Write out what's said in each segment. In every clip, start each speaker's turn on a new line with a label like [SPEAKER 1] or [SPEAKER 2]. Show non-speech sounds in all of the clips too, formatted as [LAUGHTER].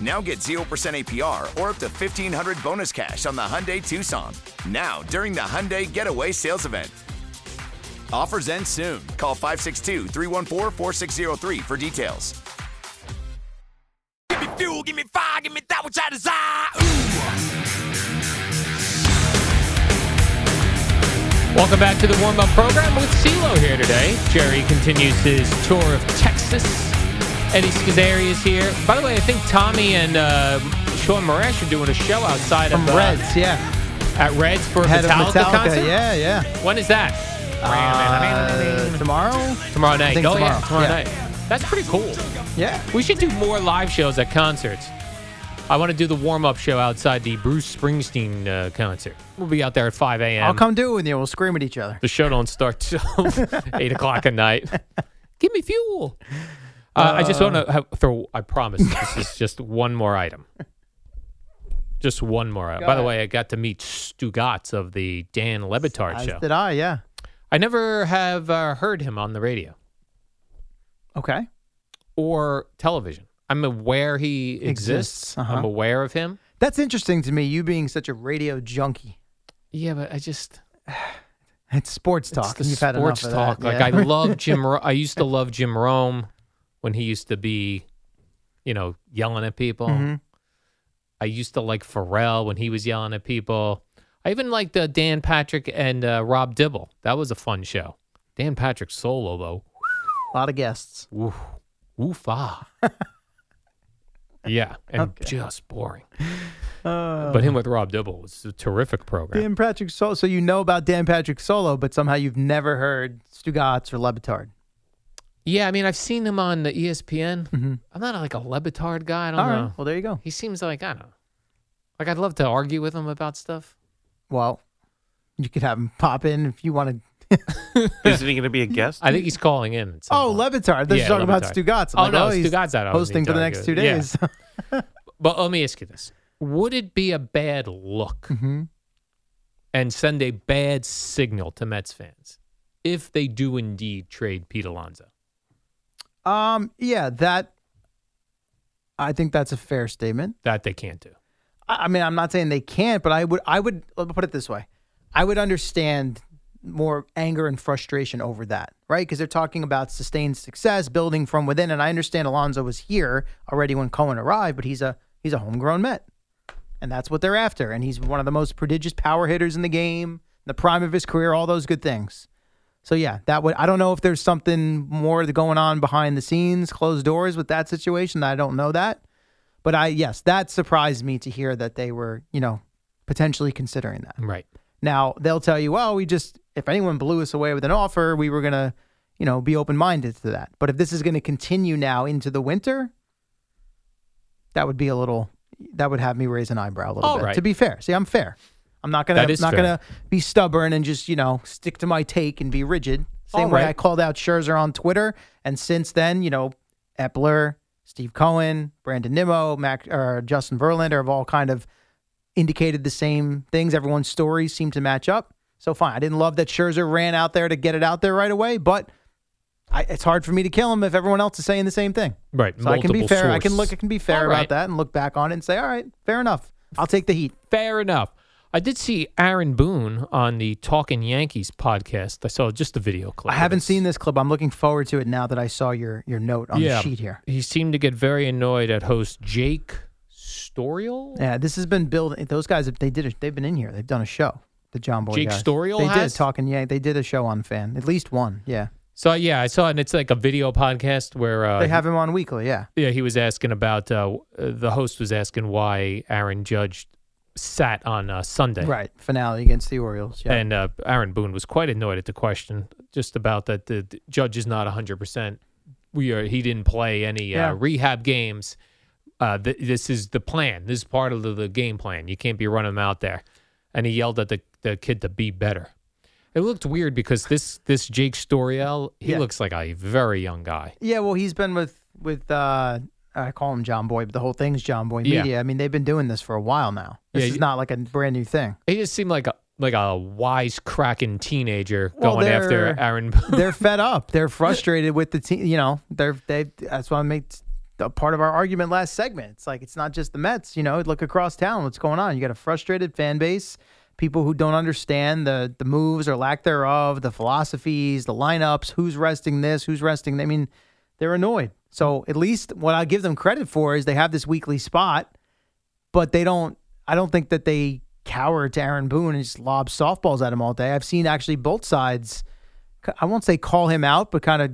[SPEAKER 1] Now get 0% APR or up to 1500 bonus cash on the Hyundai Tucson. Now, during the Hyundai Getaway Sales Event. Offers end soon. Call 562 314 4603 for details.
[SPEAKER 2] Give me fuel, give me fire, give me that which I desire.
[SPEAKER 3] Welcome back to the warm up program with CeeLo here today. Jerry continues his tour of Texas. Eddie Schizzeri is here. By the way, I think Tommy and uh, Sean Moresh are doing a show outside
[SPEAKER 4] From
[SPEAKER 3] of uh,
[SPEAKER 4] Reds, yeah.
[SPEAKER 3] at Reds for a
[SPEAKER 4] Head of
[SPEAKER 3] Metallica, concert.
[SPEAKER 4] yeah, yeah.
[SPEAKER 3] When is that?
[SPEAKER 4] Uh, tomorrow?
[SPEAKER 3] tomorrow night.
[SPEAKER 4] think
[SPEAKER 3] oh yeah,
[SPEAKER 4] tomorrow,
[SPEAKER 3] tomorrow
[SPEAKER 4] yeah.
[SPEAKER 3] night. That's pretty cool.
[SPEAKER 4] Yeah.
[SPEAKER 3] We should do more live shows at concerts. I want to do the warm up show outside the Bruce Springsteen uh, concert. We'll be out there at 5 a.m.
[SPEAKER 4] I'll come do it with you. We'll scream at each other.
[SPEAKER 3] The show don't start till [LAUGHS] eight o'clock at night. Give me fuel. Uh, I just want to throw. I promise this [LAUGHS] is just one more item. Just one more. item. By the way, I got to meet Stu Gatz of the Dan Lebitard
[SPEAKER 4] As
[SPEAKER 3] show.
[SPEAKER 4] did I, yeah.
[SPEAKER 3] I never have uh, heard him on the radio
[SPEAKER 4] Okay.
[SPEAKER 3] or television. I'm aware he exists.
[SPEAKER 4] Exists, uh-huh.
[SPEAKER 3] I'm aware of him.
[SPEAKER 4] That's interesting to me, you being such a radio junkie.
[SPEAKER 3] Yeah, but I just
[SPEAKER 4] It's sports
[SPEAKER 3] It's
[SPEAKER 4] talk.
[SPEAKER 3] the
[SPEAKER 4] and You've had
[SPEAKER 3] sports
[SPEAKER 4] enough
[SPEAKER 3] talk.
[SPEAKER 4] of that.
[SPEAKER 3] Like I
[SPEAKER 4] [LAUGHS]
[SPEAKER 3] love Jim. Ro- I used to love Jim Rome when he used to be, you know, yelling at people.
[SPEAKER 4] Mhm.
[SPEAKER 3] I used to like Pharrell when he was yelling at people. I even liked uh, Dan Patrick and uh, Rob Dibble. That was a fun show. Dan Patrick solo though.
[SPEAKER 4] a lot of guests.
[SPEAKER 3] Woof, woof
[SPEAKER 4] [LAUGHS]
[SPEAKER 3] ah. yeah, and
[SPEAKER 4] Okay.
[SPEAKER 3] just boring.
[SPEAKER 4] Uh,
[SPEAKER 3] But him with Rob Dibble was a terrific program.
[SPEAKER 4] Dan Patrick Solo. So you know about Dan Patrick Solo, but somehow you've never heard Stugatz or Lebitard.
[SPEAKER 3] Yeah, I mean, I've seen him on the E ESPN. I'm not like a Lebitard guy. I don't
[SPEAKER 4] Mm-hmm. All right.
[SPEAKER 3] know.
[SPEAKER 4] Well, there you go.
[SPEAKER 3] He seems like I don't know. Like I'd love to argue with him about stuff.
[SPEAKER 4] Well, you could have him pop in if you wanted.
[SPEAKER 5] Isn't he going to be a guest?
[SPEAKER 3] I think he's calling in. at some
[SPEAKER 4] Oh,
[SPEAKER 3] point.
[SPEAKER 4] Levitard. They're
[SPEAKER 3] Yeah,
[SPEAKER 4] talking about
[SPEAKER 3] Levitard.
[SPEAKER 4] Stugatz.
[SPEAKER 3] Oh, no,
[SPEAKER 4] he's
[SPEAKER 3] Stugatz out on
[SPEAKER 4] hosting for the
[SPEAKER 3] Utah,
[SPEAKER 4] next two
[SPEAKER 3] good. Yeah.
[SPEAKER 4] days.
[SPEAKER 3] But let me ask you this: Would it be a bad look
[SPEAKER 4] Mm-hmm.
[SPEAKER 3] and send a bad signal to Mets fans if they do indeed trade Pete Alonso?
[SPEAKER 4] um, yeah, that. I think that's a fair statement.
[SPEAKER 3] That they can't do.
[SPEAKER 4] I, I mean, I'm not saying they can't, but I would, I would let me put it this way: I would understand more anger and frustration over that, right? Because they're talking about sustained success, building from within, and I understand Alonzo was here already when Cohen arrived, but he's a he's a homegrown Met, and that's what they're after. And he's one of the most prodigious power hitters in the game, the prime of his career, all those good things. So yeah, that would I don't know if there's something more going on behind the scenes, closed doors with that situation. I don't know that. But I yes, that surprised me to hear that they were, you know, potentially considering that.
[SPEAKER 3] Right.
[SPEAKER 4] Now they'll tell you, well, we just if anyone blew us away with an offer, we were gonna, you know, be open minded to that. But if this is gonna continue now into the winter, that would be a little that would have me raise an eyebrow a little
[SPEAKER 3] All
[SPEAKER 4] bit.
[SPEAKER 3] right.
[SPEAKER 4] To be fair, see, I'm fair. I'm not gonna
[SPEAKER 3] That is
[SPEAKER 4] not
[SPEAKER 3] fair.
[SPEAKER 4] gonna be stubborn and just you know stick to my take and be rigid. Same
[SPEAKER 3] All
[SPEAKER 4] way
[SPEAKER 3] right.
[SPEAKER 4] I called out Scherzer on Twitter, and since then, you know, Epler, Steve Cohen, Brandon Nimmo, Mac, or Justin Verlander have all kind of indicated the same things. Everyone's stories seem to match up. So fine. I didn't love that Scherzer ran out there to get it out there right away, but I, it's hard for me to kill him if everyone else is saying the same thing.
[SPEAKER 3] Right.
[SPEAKER 4] So I can be
[SPEAKER 3] multiple
[SPEAKER 4] fair. I can
[SPEAKER 3] source.
[SPEAKER 4] look. I can be fair
[SPEAKER 3] All
[SPEAKER 4] about
[SPEAKER 3] right.
[SPEAKER 4] that and look back on it and say, all right, fair enough. I'll take the heat.
[SPEAKER 3] Fair enough. I did see Aaron Boone on the Talking Yankees podcast. I saw just the video clip.
[SPEAKER 4] I haven't seen this clip. I'm looking forward to it now that I saw your your note on the sheet here.
[SPEAKER 3] He seemed to get very annoyed at host Jake Storial.
[SPEAKER 4] Yeah, this has been building. Those guys, they did. A, they've been in here. They've done a show. The John Boy
[SPEAKER 3] Jake
[SPEAKER 4] guys.
[SPEAKER 3] Storial
[SPEAKER 4] They
[SPEAKER 3] has?
[SPEAKER 4] did talking. Yeah, they did a show on fan. At least one. Yeah,
[SPEAKER 3] So yeah, I saw it, and it's like a video podcast where uh,
[SPEAKER 4] they have him on weekly. Yeah.
[SPEAKER 3] Yeah, he was asking about uh, uh, the host was asking why Aaron Judge sat on uh, Sunday.
[SPEAKER 4] Right. Finale against the Orioles. Yeah.
[SPEAKER 3] And uh, Aaron Boone was quite annoyed at the question, just about that the, the judge is not 100%. We are. He didn't play any
[SPEAKER 4] Yeah.
[SPEAKER 3] uh, rehab games. Uh, th- this is the plan. This is part of the, the game plan. You can't be running him out there. And he yelled at the, the kid to be better. It looked weird because this this Jake Storiel, he
[SPEAKER 4] Yeah.
[SPEAKER 3] looks like a very young guy.
[SPEAKER 4] yeah. Well, he's been with with uh I call him John Boy, but the whole thing's John Boy
[SPEAKER 3] Yeah.
[SPEAKER 4] Media. I mean, they've been doing this for a while now. This
[SPEAKER 3] Yeah,
[SPEAKER 4] is
[SPEAKER 3] you-
[SPEAKER 4] not like a brand new thing.
[SPEAKER 3] He just seemed like a like a wise cracking teenager
[SPEAKER 4] Well,
[SPEAKER 3] going after
[SPEAKER 4] they're- [LAUGHS]
[SPEAKER 3] Aaron. Boone.
[SPEAKER 4] they're fed up. They're frustrated with the team. You know, they're they. That's why I made a part of our argument last segment. It's like it's not just the Mets. You know, look across town. What's going on? You got a frustrated fan base, people who don't understand the the moves or lack thereof, the philosophies, the lineups. Who's resting this? Who's resting? I mean, they're annoyed. So at least what I give them credit for is they have this weekly spot, but they don't. I don't think that they cower to Aaron Boone and just lob softballs at him all day. I've seen actually both sides I won't say call him out, but kind of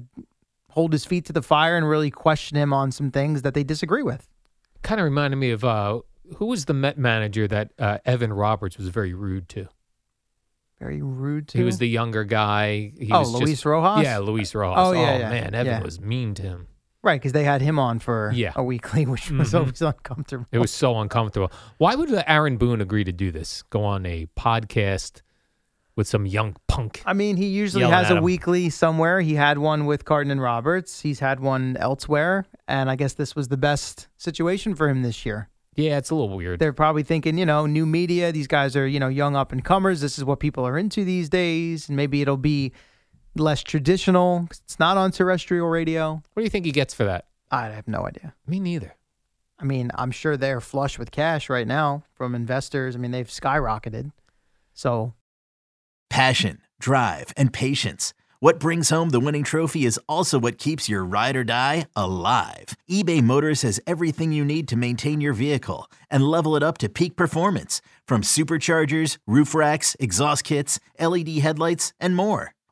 [SPEAKER 4] hold his feet to the fire and really question him on some things that they disagree with.
[SPEAKER 3] kind of reminded me of uh, who was the Met manager that uh, Evan Roberts was very rude to.
[SPEAKER 4] Very rude to.
[SPEAKER 3] He was the younger guy. He
[SPEAKER 4] Oh,
[SPEAKER 3] was just-
[SPEAKER 4] Luis Rojas?
[SPEAKER 3] Yeah, Luis
[SPEAKER 4] Oh,
[SPEAKER 3] Rojas. Oh,
[SPEAKER 4] yeah, yeah,
[SPEAKER 3] man, Evan
[SPEAKER 4] yeah.
[SPEAKER 3] was mean to him.
[SPEAKER 4] right because they had him on for
[SPEAKER 3] Yeah.
[SPEAKER 4] a weekly, [LAUGHS] which was
[SPEAKER 3] Mhm.
[SPEAKER 4] always uncomfortable.
[SPEAKER 3] It was so uncomfortable. Why would uh, Aaron Boone agree to do this? Go on a podcast with some young punk.
[SPEAKER 4] I mean, he usually
[SPEAKER 3] Yelling
[SPEAKER 4] has
[SPEAKER 3] at
[SPEAKER 4] a
[SPEAKER 3] him.
[SPEAKER 4] weekly somewhere. He had one with Cardin and Roberts. He's had one elsewhere, and I guess this was the best situation for him this year.
[SPEAKER 3] Yeah, it's a little weird.
[SPEAKER 4] They're probably thinking, you know, new media. These guys are, you know, young up and comers. This is what people are into these days, and maybe it'll be less traditional. 'cause It's not on terrestrial radio.
[SPEAKER 3] What do you think he gets for that?
[SPEAKER 4] I have no idea.
[SPEAKER 3] Me neither.
[SPEAKER 4] I mean, I'm sure they're flush with cash right now from investors. I mean, they've skyrocketed. So
[SPEAKER 6] Passion, drive, and patience. What brings home the winning trophy is also what keeps your ride or die alive. eBay Motors has everything you need to maintain your vehicle and level it up to peak performance from superchargers, roof racks, exhaust kits, LED headlights, and more.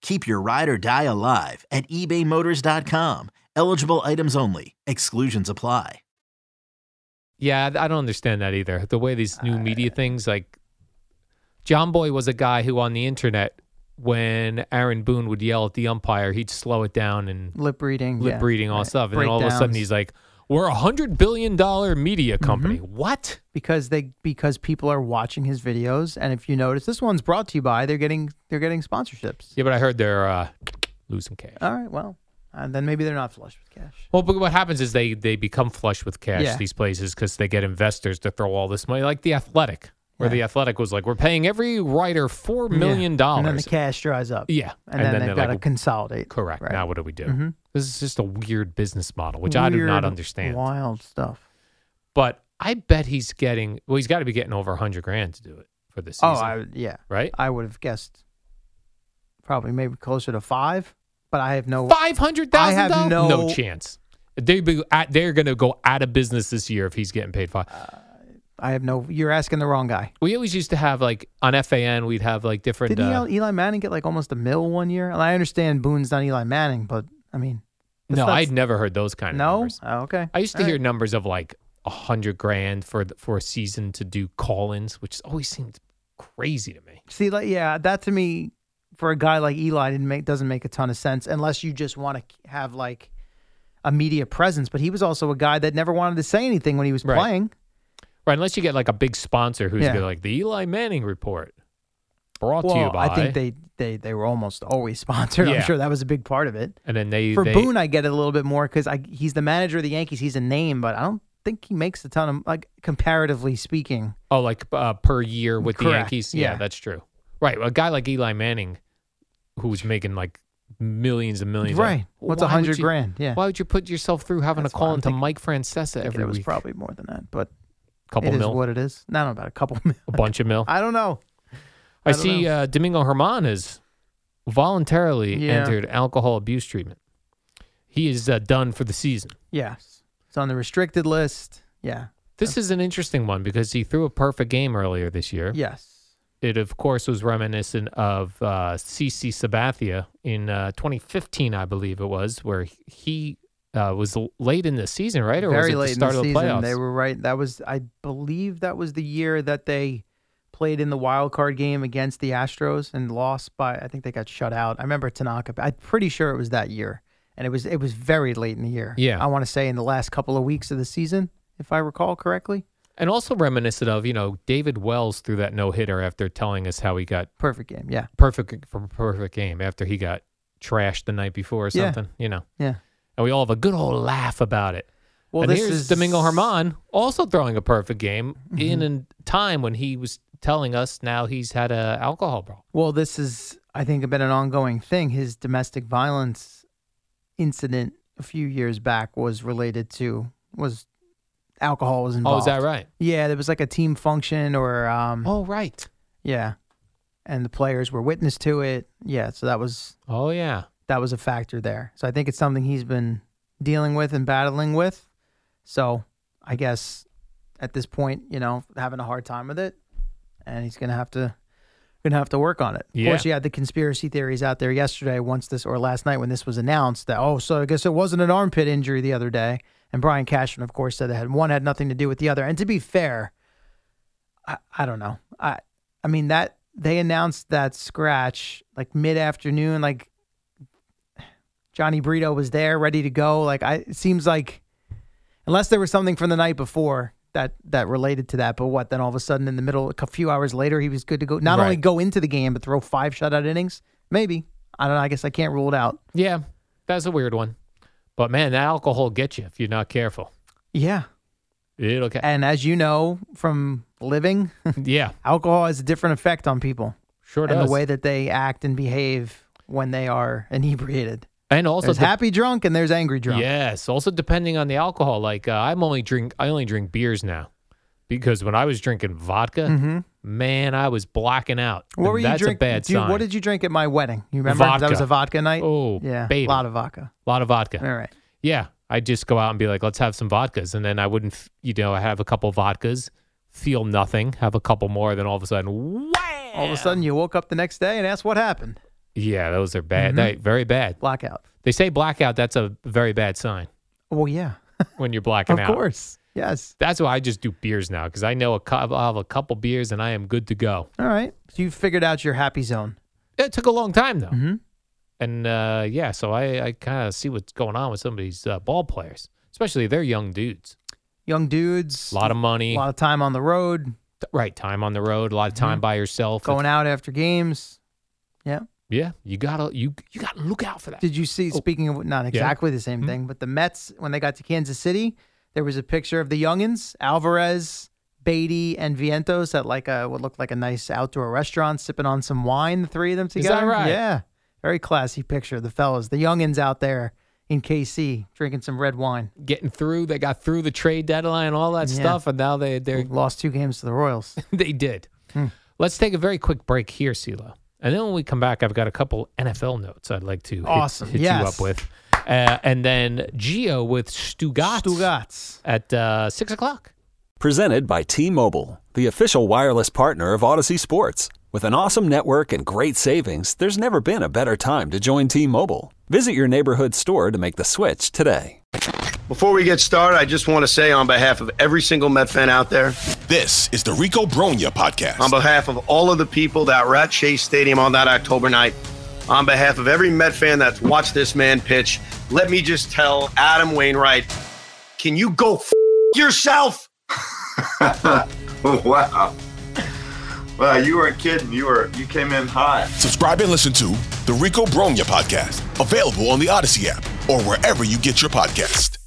[SPEAKER 6] Keep your ride or die alive at ebaymotors.com. Eligible items only. Exclusions apply.
[SPEAKER 3] Yeah, I I don't understand that either. The way these new media things, like John Boy was a guy who on the internet, when Aaron Boone would yell at the umpire, he'd slow it down and
[SPEAKER 4] lip reading,
[SPEAKER 3] lip
[SPEAKER 4] yeah,
[SPEAKER 3] reading all
[SPEAKER 4] right.
[SPEAKER 3] stuff, and then all of a sudden
[SPEAKER 4] Breakdowns. Mm-hmm.
[SPEAKER 3] he's like, "We're a hundred billion dollar media company." What?
[SPEAKER 4] because they because people are watching his videos, and if you notice, this one's brought to you by they're getting they're getting sponsorships.
[SPEAKER 3] Yeah, but I heard they're uh, losing cash.
[SPEAKER 4] All right, well, uh, then maybe they're not flush with cash.
[SPEAKER 3] Well, but what happens is they they become flush with cash
[SPEAKER 4] Yeah.
[SPEAKER 3] these places because they get investors to throw all this money, like the Athletic, where
[SPEAKER 4] Yeah.
[SPEAKER 3] the Athletic was like, "We're paying every writer four
[SPEAKER 4] Yeah.
[SPEAKER 3] million
[SPEAKER 4] and then the
[SPEAKER 3] dollars."
[SPEAKER 4] cash dries up.
[SPEAKER 3] Yeah,
[SPEAKER 4] and, then,
[SPEAKER 3] they're
[SPEAKER 4] they've got
[SPEAKER 3] like,
[SPEAKER 4] to consolidate.
[SPEAKER 3] Correct.
[SPEAKER 4] Right.
[SPEAKER 3] Now what do we do?
[SPEAKER 4] Mhm.
[SPEAKER 3] This is just a weird business model, which I do
[SPEAKER 4] Weird,
[SPEAKER 3] not understand.
[SPEAKER 4] Wild stuff.
[SPEAKER 3] But I bet he's getting well. He's got to be getting over hundred grand to do it for this season.
[SPEAKER 4] Oh, I, would- yeah.
[SPEAKER 3] Right?
[SPEAKER 4] I would have guessed probably maybe closer to five, but I have no
[SPEAKER 3] five hundred thousand.
[SPEAKER 4] I have no, Uh,
[SPEAKER 3] chance. They be at, they're going to go out of business this year if he's getting paid five.
[SPEAKER 4] I have no. You're asking the wrong guy.
[SPEAKER 3] We always used to have like on FAN, we'd have like different.
[SPEAKER 4] Didn't
[SPEAKER 3] uh,
[SPEAKER 4] Eli, Eli Manning get like almost a mil one year? And I understand Boone's not Eli Manning, but I mean, that's
[SPEAKER 3] no,
[SPEAKER 4] not-
[SPEAKER 3] I'd never heard those kind of
[SPEAKER 4] No?
[SPEAKER 3] numbers.
[SPEAKER 4] Oh, okay.
[SPEAKER 3] I used to
[SPEAKER 4] All
[SPEAKER 3] hear
[SPEAKER 4] right.
[SPEAKER 3] numbers of like a hundred grand for the, for a season to do call-ins, which always seemed crazy to me.
[SPEAKER 4] See, like, yeah, that to me, for a guy like Eli, didn't make doesn't make a ton of sense unless you just want to have like a media presence. But he was also a guy that never wanted to say anything when he was playing.
[SPEAKER 3] Right, unless you get like a big sponsor who's
[SPEAKER 4] Yeah.
[SPEAKER 3] gonna, like the Eli Manning report brought to you
[SPEAKER 4] Well,
[SPEAKER 3] by.
[SPEAKER 4] I think they they they were almost always [LAUGHS] sponsored.
[SPEAKER 3] Yeah.
[SPEAKER 4] I'm sure that was a big part of it.
[SPEAKER 3] and then they
[SPEAKER 4] for
[SPEAKER 3] they,
[SPEAKER 4] Boone, I get it a little bit more because he's the manager of the Yankees. He's a name, but I don't think he makes a ton of like comparatively speaking.
[SPEAKER 3] Oh, like uh, per year with the
[SPEAKER 4] Correct,
[SPEAKER 3] Yankees. Yeah,
[SPEAKER 4] yeah.
[SPEAKER 3] that's true. Right, a guy like Eli Manning, who was making like millions and millions.
[SPEAKER 4] Right.
[SPEAKER 3] like,
[SPEAKER 4] What's
[SPEAKER 3] why
[SPEAKER 4] a
[SPEAKER 3] would
[SPEAKER 4] hundred
[SPEAKER 3] you-
[SPEAKER 4] grand? Yeah.
[SPEAKER 3] Why would you put yourself through having
[SPEAKER 4] That's
[SPEAKER 3] a
[SPEAKER 4] what
[SPEAKER 3] call
[SPEAKER 4] I'm
[SPEAKER 3] into
[SPEAKER 4] thinking.
[SPEAKER 3] Mike Francesa every
[SPEAKER 4] it was
[SPEAKER 3] week?
[SPEAKER 4] probably more than that, but
[SPEAKER 3] Couple
[SPEAKER 4] it is
[SPEAKER 3] mil.
[SPEAKER 4] what it is. Not about a couple [LAUGHS] mil.
[SPEAKER 3] a bunch of mil.
[SPEAKER 4] I don't know.
[SPEAKER 3] I,
[SPEAKER 4] don't
[SPEAKER 3] see
[SPEAKER 4] know.
[SPEAKER 3] uh, Domingo Herman has voluntarily
[SPEAKER 4] Yeah.
[SPEAKER 3] entered alcohol abuse treatment. He is uh, done for the season.
[SPEAKER 4] Yes, it's on the restricted list. Yeah.
[SPEAKER 3] This is an interesting one because he threw a perfect game earlier this year.
[SPEAKER 4] Yes.
[SPEAKER 3] It, of course, was reminiscent of uh, CC Sabathia in uh, 2015, I believe it was, where he uh, was l- late in the season, right? Or was it
[SPEAKER 4] Very
[SPEAKER 3] the
[SPEAKER 4] late in the
[SPEAKER 3] start of the
[SPEAKER 4] season,
[SPEAKER 3] playoffs?
[SPEAKER 4] they were right. That was, I believe, that was the year that they played in the wild card game against the Astros and lost by. I think they got shut out. I remember Tanaka. I'm pretty sure it was that year, and it was it was very late in the year.
[SPEAKER 3] Yeah.
[SPEAKER 4] I want to say in the last couple of weeks of the season, if I recall correctly.
[SPEAKER 3] And also reminiscent of, you know, David Wells threw that no hitter after telling us how he got
[SPEAKER 4] Perfect game, yeah.
[SPEAKER 3] perfect from perfect game after he got trashed the night before or
[SPEAKER 4] Yeah.
[SPEAKER 3] something, you know.
[SPEAKER 4] Yeah.
[SPEAKER 3] And we all have a good old laugh about it.
[SPEAKER 4] Well,
[SPEAKER 3] and
[SPEAKER 4] this
[SPEAKER 3] here's
[SPEAKER 4] is- Mm-hmm.
[SPEAKER 3] Domingo Herman also throwing a perfect game in a time when he was telling us now he's had a alcohol problem.
[SPEAKER 4] Well, this is, I think, been an ongoing thing. His domestic violence incident a few years back was related to was alcohol was
[SPEAKER 3] Oh,
[SPEAKER 4] involved.
[SPEAKER 3] is that right?
[SPEAKER 4] Yeah, there was like a team function or. Um,
[SPEAKER 3] oh, right.
[SPEAKER 4] Yeah, and the players were witness to it. Yeah, so that was.
[SPEAKER 3] Oh yeah.
[SPEAKER 4] That was a factor there. So I think it's something he's been dealing with and battling with. So I guess at this point, you know, having a hard time with it, and he's gonna have to gonna have to work on it. Of
[SPEAKER 3] Yeah.
[SPEAKER 4] course, you had the conspiracy theories out there yesterday, once this or last night when this was announced that oh, so I guess it wasn't an armpit injury the other day. And Brian Cashman, of course, said that had one had nothing to do with the other. And to be fair, I, I don't know. I I mean that they announced that scratch like mid afternoon, like Johnny Brito was there, ready to go. Like I, it seems like unless there was something from the night before that that related to that. But what? Then all of a sudden, in the middle, a few hours later, he was good to go. Not only
[SPEAKER 3] Right.
[SPEAKER 4] go into the game, but throw five shutout innings. Maybe I don't know. I guess I can't rule it out.
[SPEAKER 3] Yeah. That's a weird one. But man, that alcohol gets you if you're not careful.
[SPEAKER 4] Yeah,
[SPEAKER 3] It'll get
[SPEAKER 4] and as you know from living, [LAUGHS]
[SPEAKER 3] Yeah.
[SPEAKER 4] alcohol has a different effect on people.
[SPEAKER 3] Sure
[SPEAKER 4] and
[SPEAKER 3] does.
[SPEAKER 4] the way that they act and behave when they are inebriated.
[SPEAKER 3] And also
[SPEAKER 4] there's
[SPEAKER 3] the-
[SPEAKER 4] happy drunk and there's angry drunk.
[SPEAKER 3] Yes. Also, depending on the alcohol, like uh, I'm only drink I only drink beers now, because when I was drinking vodka,
[SPEAKER 4] Mhm.
[SPEAKER 3] man, I was blacking out.
[SPEAKER 4] What
[SPEAKER 3] And
[SPEAKER 4] were you
[SPEAKER 3] That's
[SPEAKER 4] drinking?
[SPEAKER 3] a bad sign.
[SPEAKER 4] What did you drink at my wedding? You remember that was
[SPEAKER 3] Vodka.
[SPEAKER 4] a vodka night.
[SPEAKER 3] Oh,
[SPEAKER 4] yeah,
[SPEAKER 3] baby.
[SPEAKER 4] a lot of vodka.
[SPEAKER 3] a lot of vodka.
[SPEAKER 4] All right.
[SPEAKER 3] Yeah, I just go out and be like, let's have some vodkas, and then I wouldn't, f- you know, I have a couple vodkas, feel nothing, have a couple more, then all of a sudden, wham!
[SPEAKER 4] All of a sudden, you woke up the next day and asked what happened.
[SPEAKER 3] yeah, those are bad.
[SPEAKER 4] Mhm.
[SPEAKER 3] They- very bad.
[SPEAKER 4] Blackout.
[SPEAKER 3] They say blackout. That's a very bad sign
[SPEAKER 4] Well, yeah,
[SPEAKER 3] when you're blacking
[SPEAKER 4] of
[SPEAKER 3] out.
[SPEAKER 4] course. Yes.
[SPEAKER 3] That's why I just do beers now because I know a cou- I'll have a couple beers and I am good to go.
[SPEAKER 4] All right. So you figured out your happy zone.
[SPEAKER 3] It took a long time though.
[SPEAKER 4] Mm-hmm.
[SPEAKER 3] And uh, yeah, so I, I kind of see what's going on with some of these uh, ball players, especially they're young dudes.
[SPEAKER 4] Young dudes.
[SPEAKER 3] A lot of money,
[SPEAKER 4] A lot of time on the road,
[SPEAKER 3] t- right? Time on the road, a lot of time by yourself.
[SPEAKER 4] going out after games. Yeah.
[SPEAKER 3] Yeah, you gotta you you gotta look out for that.
[SPEAKER 4] Did you
[SPEAKER 3] Oh,
[SPEAKER 4] see? Speaking of not exactly the same
[SPEAKER 3] Mhm.
[SPEAKER 4] thing, but the Mets when they got to Kansas City, there was a picture of the youngins Alvarez, Beatty, and Vientos at like a what looked like a nice outdoor restaurant, sipping on some wine. The three of them
[SPEAKER 3] that
[SPEAKER 4] together.
[SPEAKER 3] right?
[SPEAKER 4] Yeah, very classy picture. The fellas, the youngins out there in KC drinking some red wine.
[SPEAKER 3] getting through? They got through the trade deadline, all that
[SPEAKER 4] Yeah. Mm-hmm.
[SPEAKER 3] stuff, and now they they
[SPEAKER 4] Lost two games to the Royals.
[SPEAKER 3] [LAUGHS] they did.
[SPEAKER 4] Hmm.
[SPEAKER 3] Let's take a very quick break here, CeeLo. And then when we come back, I've got a couple NFL notes I'd like to hit-
[SPEAKER 4] Awesome.
[SPEAKER 3] hit, you
[SPEAKER 4] Yes.
[SPEAKER 3] up with. Uh, and then Geo with Stugatz,
[SPEAKER 4] Stugatz.
[SPEAKER 3] at uh, 6 o'clock.
[SPEAKER 7] Presented by T Mobile, the official wireless partner of Odyssey Sports. With an awesome network and great savings, there's never been a better time to join T Mobile. Visit your neighborhood store to make the switch today.
[SPEAKER 8] Before we get started, I just want to say on behalf of every single Met fan out there, this is the Rico Bronya podcast. On behalf of all of the people that were at Chase Stadium on that October night, on behalf of every Met fan that's watched this man pitch, let me just tell Adam Wainwright, can you go f- yourself?
[SPEAKER 9] [LAUGHS] wow. Wow, you weren't kidding. You were you came in hot.
[SPEAKER 10] Subscribe and listen to the Rico Bronya podcast, available on the Odyssey app or wherever you get your podcast.